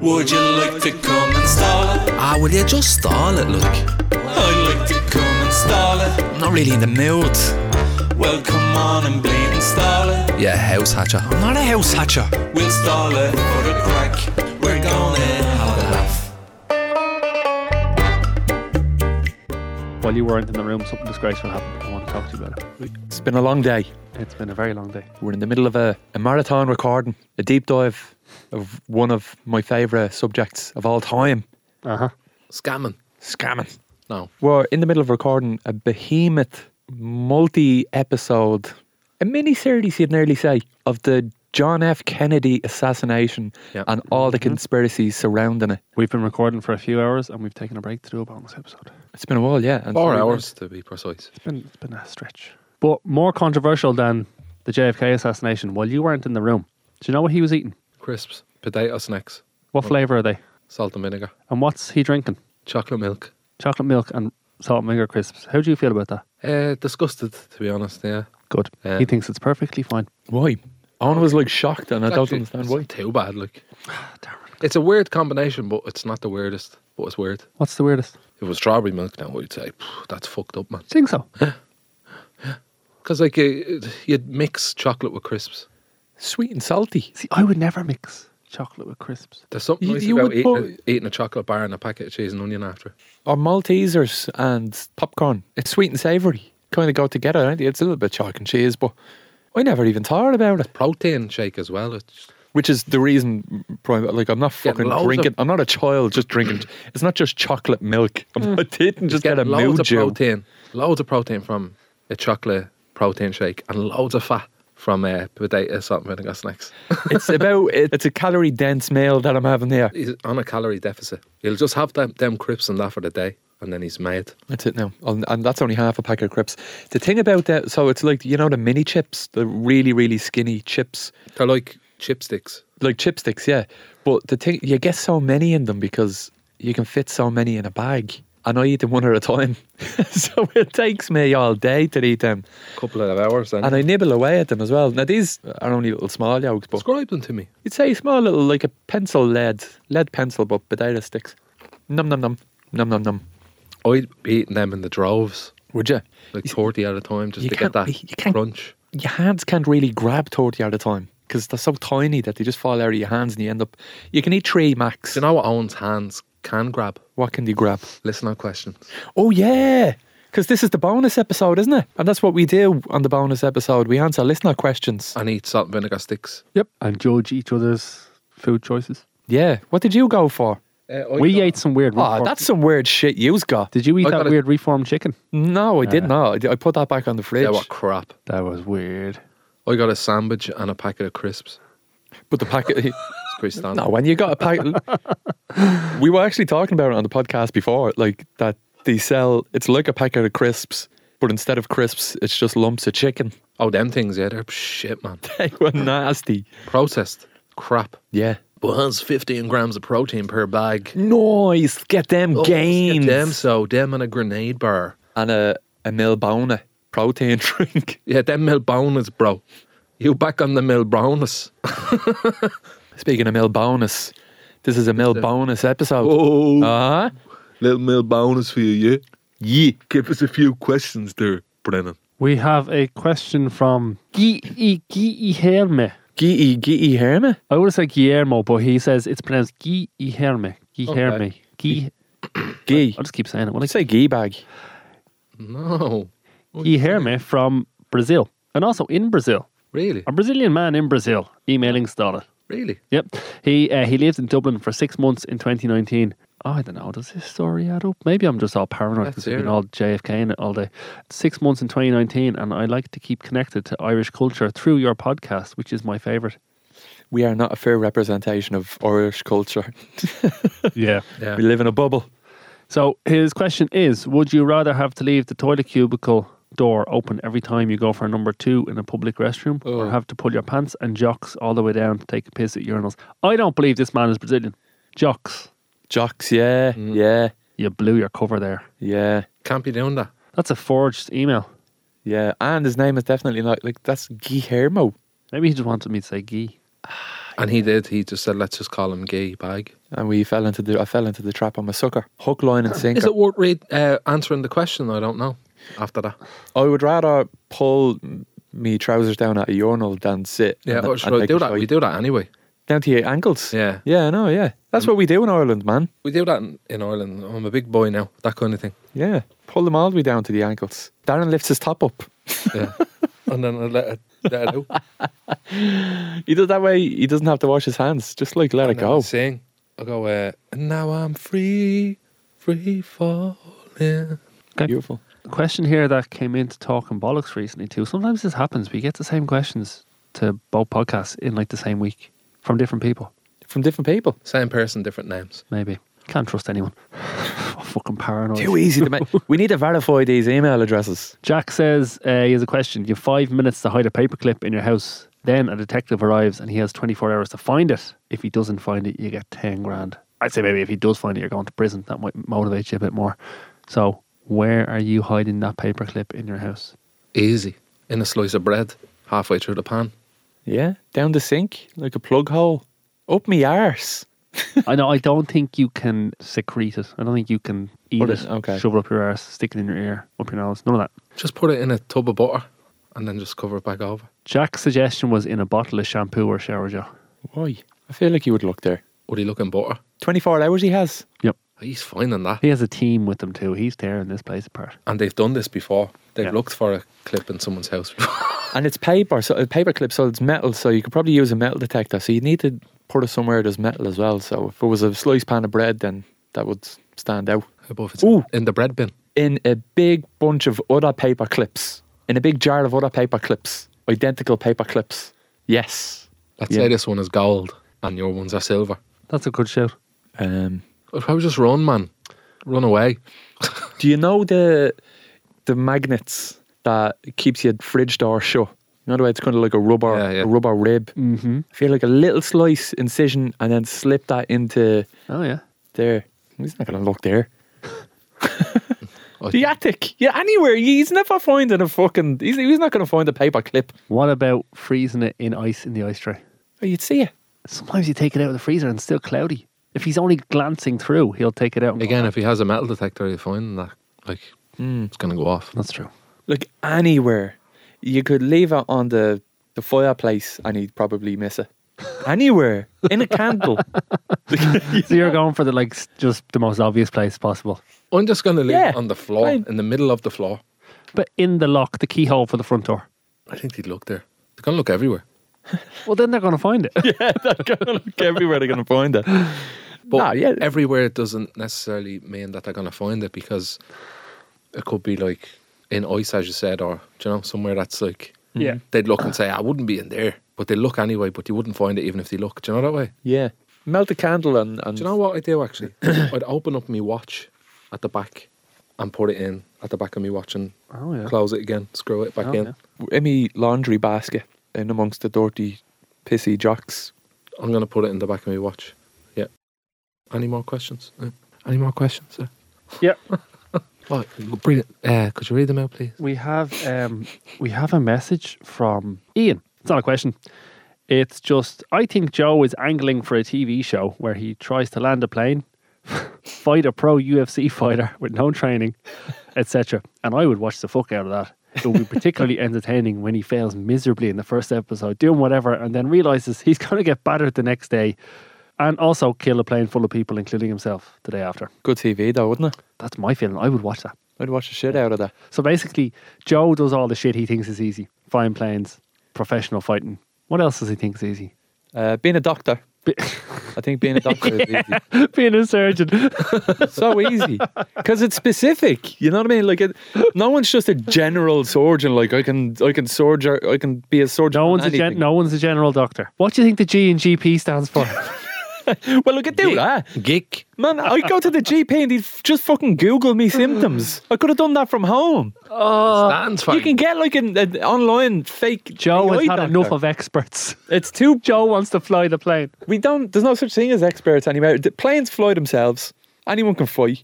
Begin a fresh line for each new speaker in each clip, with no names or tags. Would you like to come and stall it?
Ah, will you just stall it, look?
I'd like to come and stall it.
I'm not really in the mood.
Well, come on and bleed and stall it.
Yeah, house hatcher.
I'm not a house hatcher.
We'll stall it for the crack. We're gonna have a laugh.
While you weren't in the room, something disgraceful happened. I want to talk to you about it.
It's been a long day.
It's been a very long day.
We're in the middle of a, a marathon recording, a deep dive of one of my favourite subjects of all time
Uh huh.
Scamming.
scamming.
No.
We're in the middle of recording a behemoth multi episode, a mini series, you'd nearly say, of the John F. Kennedy assassination
Yeah. Mm-hmm.
and all the conspiracies surrounding it.
We've been recording for a few hours and we've taken a break to do a bonus episode.
It's been a while, yeah. and
Four
so we-
hours to be precise.
It's been, it's been a stretch. But more controversial than the JFK assassination, while you weren't in the room, do you know what he was eating?
Crisps, potato snacks,
What flavour are they?
salt and vinegar,
And what's he drinking?
chocolate milk.
Chocolate milk and salt and vinegar crisps. How do you feel about that?
Uh, disgusted, to be honest. Yeah.
Good.
Yeah.
He thinks it's perfectly fine.
Why? Owen was like shocked and I don't
Actually,
understand
it's
why.
not Too bad. Like, it's a weird combination, but it's not the weirdest. But it's weird.
What's the weirdest?
If it was strawberry milk now, I'd say "Phew, that's fucked up, man.
think so.
Because like you, you'd mix chocolate with crisps.
Sweet and salty.
See, I would never mix chocolate with crisps.
There's something
You-
nice
you
about
would
eating,
put-
a, eating a chocolate bar and a packet of cheese and onion after.
Or Maltesers and popcorn. It's sweet and savoury. Kind of go together, don't they? It's a little bit chalk and cheese, but I never even thought about it.
Protein shake as well. It's
Which is the reason, probably, like, I'm not
Get
fucking
loads of-
drinking. I'm not a child just drinking. it's not just chocolate milk. I'm, I didn't just get a
Mm. loads of
mojo.
protein, loads of protein from a chocolate protein shake, and loads of fat from uh, potato salt and vinegar snacks.
it's about, it, it's a calorie dense meal that I'm having here.
he's on a calorie deficit. He'll just have them, them crisps and that for the day, and then he's made.
That's it now. And and that's only half a pack of crisps. The thing about that, so it's like, you know, the mini chips, the really, really skinny chips.
They're like chipsticks.
like chipsticks, yeah. But the thing, you get so many in them because you can fit so many in a bag. And I eat them one at a time. so it takes me all day to eat them.
A couple of hours, and,
And I nibble away at them as well. Now, these are only little small yolks, but
describe them to me.
you'd say small little, like a pencil lead, lead pencil, but potato sticks. Num, num, num, num, num, num.
I'd be eating them in the droves,
Would you?
like forty at a time, just
you
to
can't-
get that
you can't-
crunch.
Your hands can't really grab tortilla at a time because they're so tiny that they just fall out of your hands and you end up. You can eat three max.
Do you know what Owen's hands can grab?
What can you grab?
Listener questions.
Oh yeah, because this is the bonus episode, isn't it? And that's what we do on the bonus episode. We answer listener questions.
And eat salt and vinegar sticks.
Yep. And judge each other's food choices.
Yeah. What did you go for?
Uh,
we ate some weird.
Oh,
reform-
that's some weird shit you've got.
Did you eat
I
that
gotta-
weird reformed chicken?
No, I did not. I put that back on the fridge.
Yeah, what crap!
That was weird.
I got a sandwich and a packet of crisps.
But the packet.
It's pretty standard.
no, when you got a packet. we were actually talking about it on the podcast before, like that they sell. It's like a packet of crisps, but instead of crisps, it's just lumps of chicken.
Oh, them things, yeah, they're shit, man.
They were nasty.
Processed crap.
Yeah.
But has 15 grams of protein per bag.
Nice. Get them
Oh,
gains.
Get them so them and a grenade bar.
and a, a Milbona protein drink.
Yeah, them Milbonas, bro. You back on the Milbonas.
Speaking of Milbonas, this is a Milbonas episode.
Oh,
Uh-huh.
little Milbonas for you, yeah? Yeah. Give us a few questions there, Brennan.
We have a question from Gi- Guilherme.
Gee, gee, hear me?
I would say Guillermo, but he says it's pronounced Guilherme. Guilherme. Gui-
Gee.
I'll just keep saying it.
I
Well,
say gee bag.
No,
Oh,
Guilherme from Brazil. And also in Brazil.
really?
A Brazilian man in Brazil emailing Stalin.
Really?
Yep. He uh, he lived in Dublin for six months in 2019. Oh, I don't know. Does this story add up? Maybe I'm just all paranoid
Let's
because we've
hear
been
it.
all JFK in it all day. Six months in 2019, and I like to keep connected to Irish culture through your podcast, which is my favourite.
We are not a fair representation of Irish culture.
Yeah.
Yeah.
We live in a bubble.
So his question is Would you rather have to leave the toilet cubicle door open every time you go for a number two in a public restroom
Oh.
or have to pull your pants and jocks all the way down to take a piss at urinals? I don't believe this man is Brazilian. Jocks,
Jocks, yeah,
Mm.
yeah,
you blew your cover there.
yeah,
Can't be doing that.
That's a forged email.
yeah. And his name is definitely not like that's Guillermo.
Maybe he just wanted me to say gee.
And he did. He just said, let's just call him Gay Bag.
and we fell into the I fell into the trap. I'm a sucker. Hook, line, and sinker.
Is it worth read, uh, answering the question? I don't know. After that,
I would rather pull m- me trousers down at a urinal than sit.
yeah,
and,
or
and
should I
take
do
a
that?
shite.
We do that anyway.
down to your ankles.
Yeah,
yeah, I know. Yeah, that's what we do in Ireland, man.
we do that in, in Ireland. I'm a big boy now. That kind of thing.
Yeah, pull them all the way down to the ankles. Darren lifts his top up.
Yeah, and then I let it, let it out.
He does that way. He doesn't have to wash his hands. Just like let
and
it
then I
go.
sing. I go. Uh, and now I'm free, free falling.
Beautiful.
A question here that came into talking bollocks recently too. Sometimes this happens. We get the same questions to both podcasts in like the same week from different people.
From different people.
Same person, different names.
Maybe can't trust anyone. fucking paranoid.
Too e- easy to make. we need to verify these email addresses.
Jack says uh, he has a question. You have five minutes to hide a paperclip in your house. Then a detective arrives and he has 24 hours to find it. If he doesn't find it, you get 10 grand. I'd say maybe if he does find it, you're going to prison. That might motivate you a bit more. So, where are you hiding that paperclip in your house?
Easy. In a slice of bread, halfway through the pan.
Yeah, down the sink like a plug hole. Up me arse.
I know, I don't think you can secrete it. I don't think you can eat
Put
it,
it- okay.
shove it up your arse, stick it in your ear, up your nose. None of that.
Just put it in a tub of butter, and then just cover it back over.
Jack's suggestion was in a bottle of shampoo or shower gel.
Why? I feel like you would look there.
Would he look in butter?
24 hours he has.
He's finding that.
He has a team with them too. He's tearing this place apart.
and they've done this before. They've
Yeah.
looked for a clip in someone's house. before.
And it's paper, so a paper clip, so it's metal. So you could probably use a metal detector. So you need to put it somewhere there's metal as well. So if it was a sliced pan of bread, then that would stand out.
But if it's
Ooh.
in the bread bin.
In a big bunch of other paper clips, in a big jar of other paper clips, identical paper clips. Yes.
Let's
Yeah.
say this one is gold and your ones are silver.
That's a good shout.
Um,
I'd probably just run, man. Run away.
do you know the the magnets that keeps your fridge door shut? You know the way it's kind of like a rubber,
Yeah, Mm. yeah.
A rubber rib.
Mm-hmm.
I feel like a little slice incision, and then slip that into
Oh yeah.
there. He's not going to look there.
I-
The attic. Yeah, anywhere. He's never finding a fucking. He's, he's not going to find a paper clip.
What about freezing it in ice in the ice tray?
Oh, you'd see it.
Sometimes you take it out of the freezer and it's still cloudy. If he's only glancing through, he'll take it out and go,
Again, if he has a metal detector, he'll find that. Like,
Hmm.
it's going to go off.
That's true.
Like anywhere. You could leave it on the, the fireplace and he'd probably miss it. Anywhere. In a candle.
so you're going for the like s- just the most obvious place possible,
I'm just going to leave
Yeah,
it on the floor,
fine.
in the middle of the floor.
but in the lock, the keyhole for the front door.
I think he'd look there. They're going to look everywhere.
Well, then they're going to find it.
Look everywhere they're going to find it.
But
Nah, yeah.
everywhere doesn't necessarily mean that they're going to find it because it could be like in ice, as you said, or, do you know, somewhere that's like
yeah.
they'd look and say, I wouldn't be in there. But they look anyway, but you wouldn't find it even if they look. Do you know that way?
Yeah. Melt a candle and. and
Do you know what I do actually? I'd open up my watch at the back and put it in at the back of my watch and
Oh yeah.
close it again, screw it back
Oh,
in.
yeah.
in me laundry basket in amongst the dirty, pissy jocks.
I'm going to put it in the back of my watch. Yeah. Any more questions? Uh, Any more questions? sir?
Yeah.
Right, brilliant. Uh, could you read them out, please?
We have um, we have a message from Ian. It's not a question. It's just I think Joe is angling for a TV show where he tries to land a plane, fight a pro UFC fighter with no training, etc. And I would watch the fuck out of that. It would be particularly entertaining when he fails miserably in the first episode, doing whatever, and then realizes he's going to get battered the next day, and also kill a plane full of people, including himself, the day after.
Good TV though, wouldn't it?
That's my feeling. I would watch that.
I'd watch the shit out of that.
So basically, Joe does all the shit he thinks is easy: flying planes, professional fighting. What else does he think is easy?
Uh, being a doctor.
Be-
I think being a doctor is easy.
Being a surgeon.
so easy because it's specific. You know what I mean? Like, it, no one's just a general surgeon. Like, I can, I can surger, I can be a surgeon.
No
on
one's a gen-
anything.
no one's a general doctor. What do you think the G and GP stands for?
Well, look at do that,
Geek.
man. I go to the GP and he'd just fucking Google me symptoms. I could have done that from home.
Oh,
Stands for
You can get like an, an online fake
Joe
AI
has had
doctor.
enough of experts.
It's too.
Joe wants to fly the plane.
We don't. There's no such thing as experts anywhere. The planes fly themselves. Anyone can fly.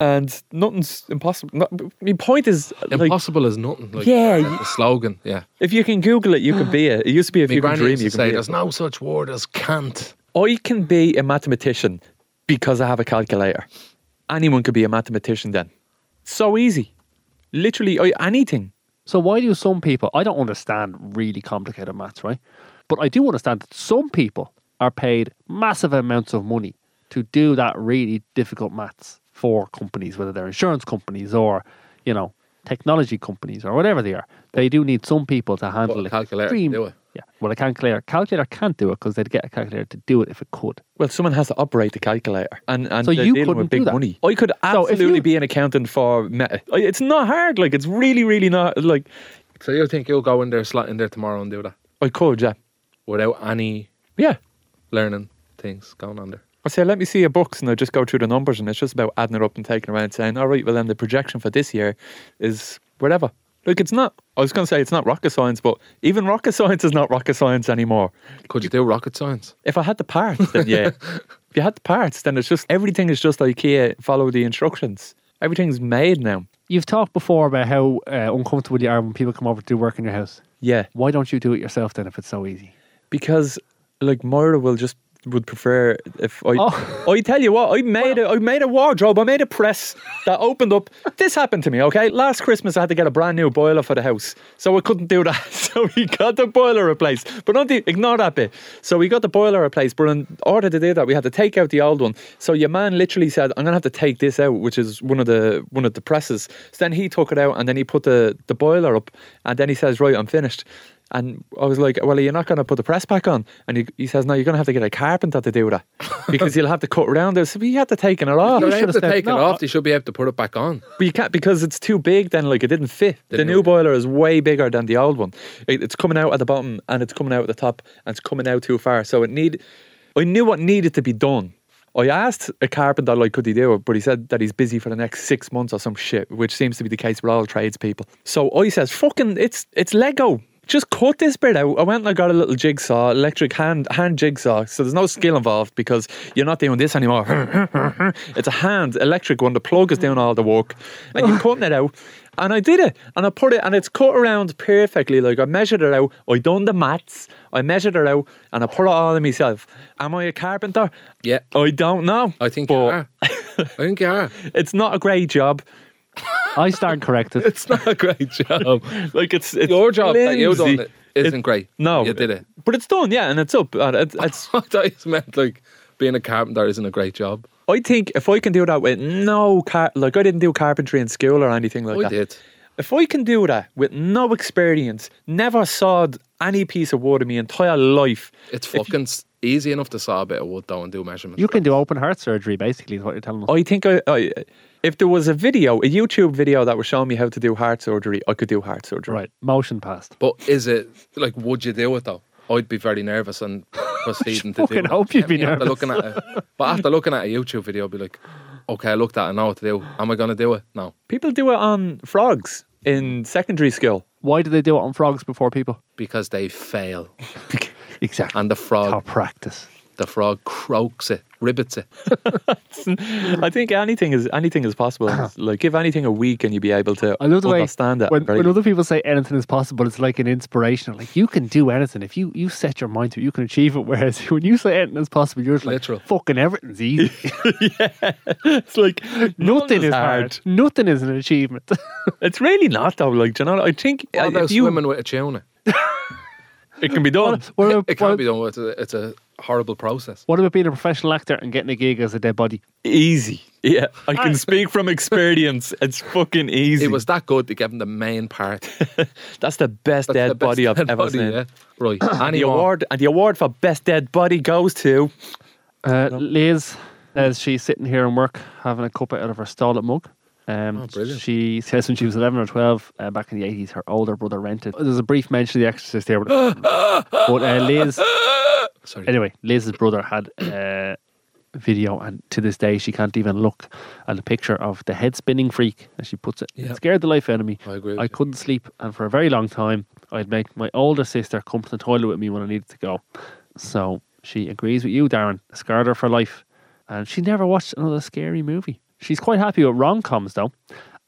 and nothing's impossible. Not, my point is, like,
Impossible is nothing. Like,
Yeah,
the-
you-
the slogan. Yeah.
if you can Google it, you can be it. It used to be if
My
you can
granny
dream,
used to
you
say,
can be
"There's no such word as can't."
it. I can be a mathematician because I have a calculator. Anyone could be a mathematician then. So easy. Literally, I, anything.
So why do some people? I don't understand really complicated maths, right? But I do understand that some people are paid massive amounts of money to do that really difficult maths for companies, whether they're insurance companies or you know technology companies or whatever they are. They do need some people to handle
But a
it.
calculator can
Extreme-
do it.
Yeah. Well, a calculator calculator can't do it because they'd get a calculator to do it if it could.
Well, someone has to operate the calculator, and and
So
they're
you
dealing
couldn't
with
do
big
that.
money. I could
So if
absolutely
you-
be an accountant for. Meta. I- It's not hard. Like it's really, really not. Like
So you think you'll go in there, slot in there tomorrow, and do that
I could, yeah,
without any
yeah.
learning things going on there?
I say, let me see your books, and I just go through the numbers, and it's just about adding it up and taking it around, and saying, all right, well then the projection for this year is whatever. Like it's not. I was going to say it's not rocket science, but even rocket science is not rocket science anymore.
Could you do rocket science?
If I had the parts, then yeah. if you had the parts, then it's just everything is just IKEA. Follow the instructions. Everything's made now.
You've talked before about how uh, uncomfortable you are when people come over to do work in your house.
Yeah.
Why don't you do it yourself then if it's so easy?
because like Moira will just would prefer if I I tell you what I made a I made a wardrobe I made a press that opened up this happened to me okay last Christmas I had to get a brand new boiler for the house so I couldn't do that so we got the boiler replaced but not the, ignore that bit so we got the boiler replaced but in order to do that we had to take out the old one so your man literally said I'm gonna have to take this out which is one of the one of the presses so then he took it out and then he put the the boiler up and then he says right I'm finished and I was like, well, you're not going to put the press back on. And he, he says, no, you're going to have to get a carpenter to do that because you'll have to cut around there. So we had to taken it off.
They're
should
able
have
to
said,
take
"No,
it
I-
off. They should be able to put it back on.
But you can't because it's too big. Then like it didn't fit. The,
Didn't
new
it?
boiler is way bigger than the old one. It, it's coming out at the bottom and it's coming out at the top and it's coming out too far. So it need. I knew what needed to be done. I asked a carpenter like could he do it, but he said that he's busy for the next six months or some shit, which seems to be the case with all tradespeople. So I says, "Fucking, it's it's Lego." Just cut this bit out. I went and I got a little jigsaw, electric hand hand jigsaw. So there's no skill involved because you're not doing this anymore. It's a hand electric one. The plug is doing all the work, and you're cutting it out. And I did it, and I put it, and it's cut around perfectly. Like I measured it out. I done the mats. I measured it out, and I put it all in myself. Am I a carpenter?
Yeah.
I don't know.
I think you
But-
are. I think you are.
It's not a great job.
I stand corrected.
It's not a great job.
Like it's, it's
Um, Your job that you
flimsy.
done it isn't great.
No,
you did it.
but it's done. Yeah, and it's up. And it, it's.
I thought you meant like being a carpenter isn't a great job.
I think if I can do that with no car, like I didn't do carpentry in school or anything like
I
that.
did.
If I can do that with no experience, never sawed any piece of wood in my entire life,
It's fucking s easy enough to saw a bit of wood though and do measurements.
You can do open heart surgery, basically, is what you're telling us.
I think I, I, if there was a video, a YouTube video that was showing me how to do heart surgery, I could do heart surgery.
right, motion passed.
But is it like would you do it though? I'd be very nervous and proceeding to do
fucking
it.
hope you'd be
Even after
nervous.
looking at it, but after looking at a YouTube video, I'd be like, okay, I looked at it, I know what to do. Am I gonna do it? No,
People do it on frogs in secondary school.
Why do they do it on frogs before people?
because they fail.
Exactly.
And the frog,
Top practice.
the frog croaks it, ribbits it.
I think anything is anything is possible. like give anything a week and you'll be able to
I love the
understand
way
that.
when,
very-
when other people say anything is possible, it's like an inspirational. Like you can do anything if you you set your mind to it, you can achieve it. Whereas when you say anything is possible, you're just like
Literal.
fucking everything's easy.
it's like
Nothing is hard. Nothing is an achievement.
It's really not though. Like do you know, I think
What
uh,
about
if you,
swimming with a tuna?
it can be done.
what, about,
It
what,
can't be done. It's a, it's a horrible process.
what about being a professional actor and getting a gig as a dead body?
Easy. Yeah, I can speak from experience. It's fucking easy.
It was that good they gave him the main part.
That's the best
That's
dead
the best
body I've
dead
ever
body,
seen.
yeah. Right.
And the
Anymore.
award and the award for best dead body goes to
Uh, Liz, as she's sitting here in work having a cup out of her Stolet mug. Um,
Oh, brilliant.
She says when she was 11 or 12, uh, back in the 80s, her older brother rented. There's a brief mention of The Exorcist there. But, but uh, Liz,
Sorry.
anyway, Liz's brother had a video, and to this day, she can't even look at the picture of the head spinning freak, as she puts it.
Yeah.
It scared the life out of me.
I agree with
I
you.
couldn't sleep, and for a very long time, I'd make my older sister come to the toilet with me when I needed to go. So she agrees with you, Darren. Scarred her for life, and she never watched another scary movie. She's quite happy with rom coms, though.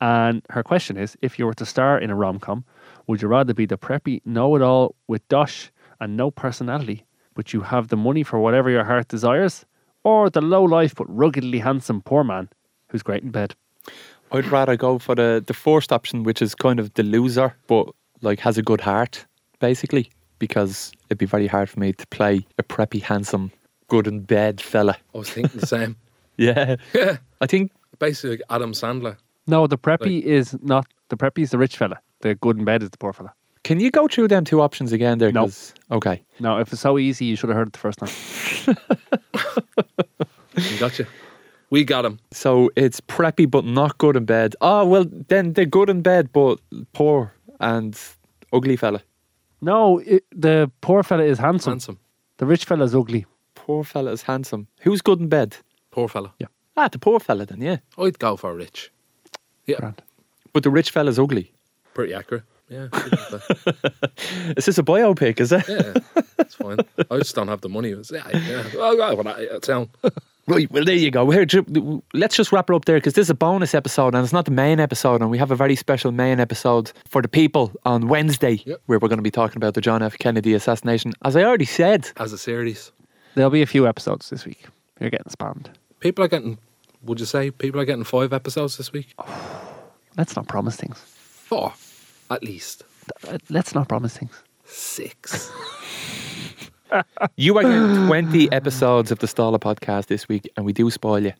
And her question is if you were to star in a rom com, would you rather be the preppy know it all with dosh and no personality, but you have the money for whatever your heart desires, or the low life but ruggedly handsome poor man who's great in bed?
I'd rather go for the, the first option, which is kind of the loser, but like has a good heart, basically, because it'd be very hard for me to play a preppy, handsome, good in bed fella.
I was thinking the same.
Yeah.
Yeah,
I think
basically Adam Sandler.
No, the preppy is not the preppy is the rich fella. The good in bed is the poor fella.
Can you go through them two options again there?
No.
'Cause- Okay.
No, if it's so easy, you should have heard it the first time.
We got you. We got him.
So it's preppy but not good in bed. Oh well then they're good in bed but poor and ugly fella.
No, it, the poor fella is handsome.
Handsome.
The rich fella is ugly.
Poor fella is handsome. Who's good in bed?
Poor fella.
Ah, the poor fella then, yeah.
I'd go for Rich. Yeah,
Grand.
But the rich fella's ugly.
pretty accurate. Yeah, I'd go for that.
Is this a biopic, is it?
yeah, that's fine. I just don't have the money. It's- Yeah, yeah. I'll go for that. yeah, it's down.
Right, well there you go. Here, ju- let's just wrap it up there because this is a bonus episode and it's not the main episode and we have a very special main episode for the people on Wednesday
Yep.
where we're going to be talking about the John F. Kennedy assassination. As I already said,
As a series,
There'll be a few episodes this week. You're getting spammed.
people are getting. Would you say people are getting five episodes this week?
Let's not promise things.
Four, at least
Uh, Let's not promise things.
six.
You are getting 20 episodes of the Stala podcast this week, and we do spoil you.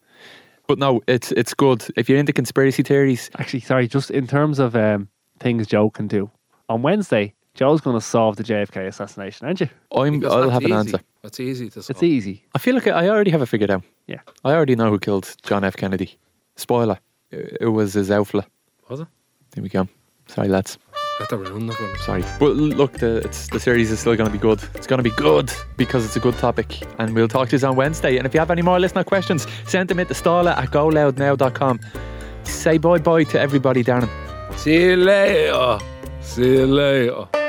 But no, it's it's good. If you're into conspiracy theories,
Actually, sorry, just in terms of um, things Joe can do. On Wednesday, Joe's going to solve the JFK assassination, aren't you?
I'm,
Because
I'll
that's
have an
easy.
answer.
That's easy to solve.
It's e- easy.
I feel like I already have it figured out.
Yeah.
I already know who killed John F. Kennedy. Spoiler, it it was his outfla.
Was it?
There we go. Sorry, lads.
Got the round of them.
Sorry. But l- look, the, it's, the series is still going to be good. It's going to be good because it's a good topic. And we'll talk to you on Wednesday. And if you have any more listener questions, send them into stala at goloudnow.com. Say bye bye to everybody, Darren.
See you later. See you later.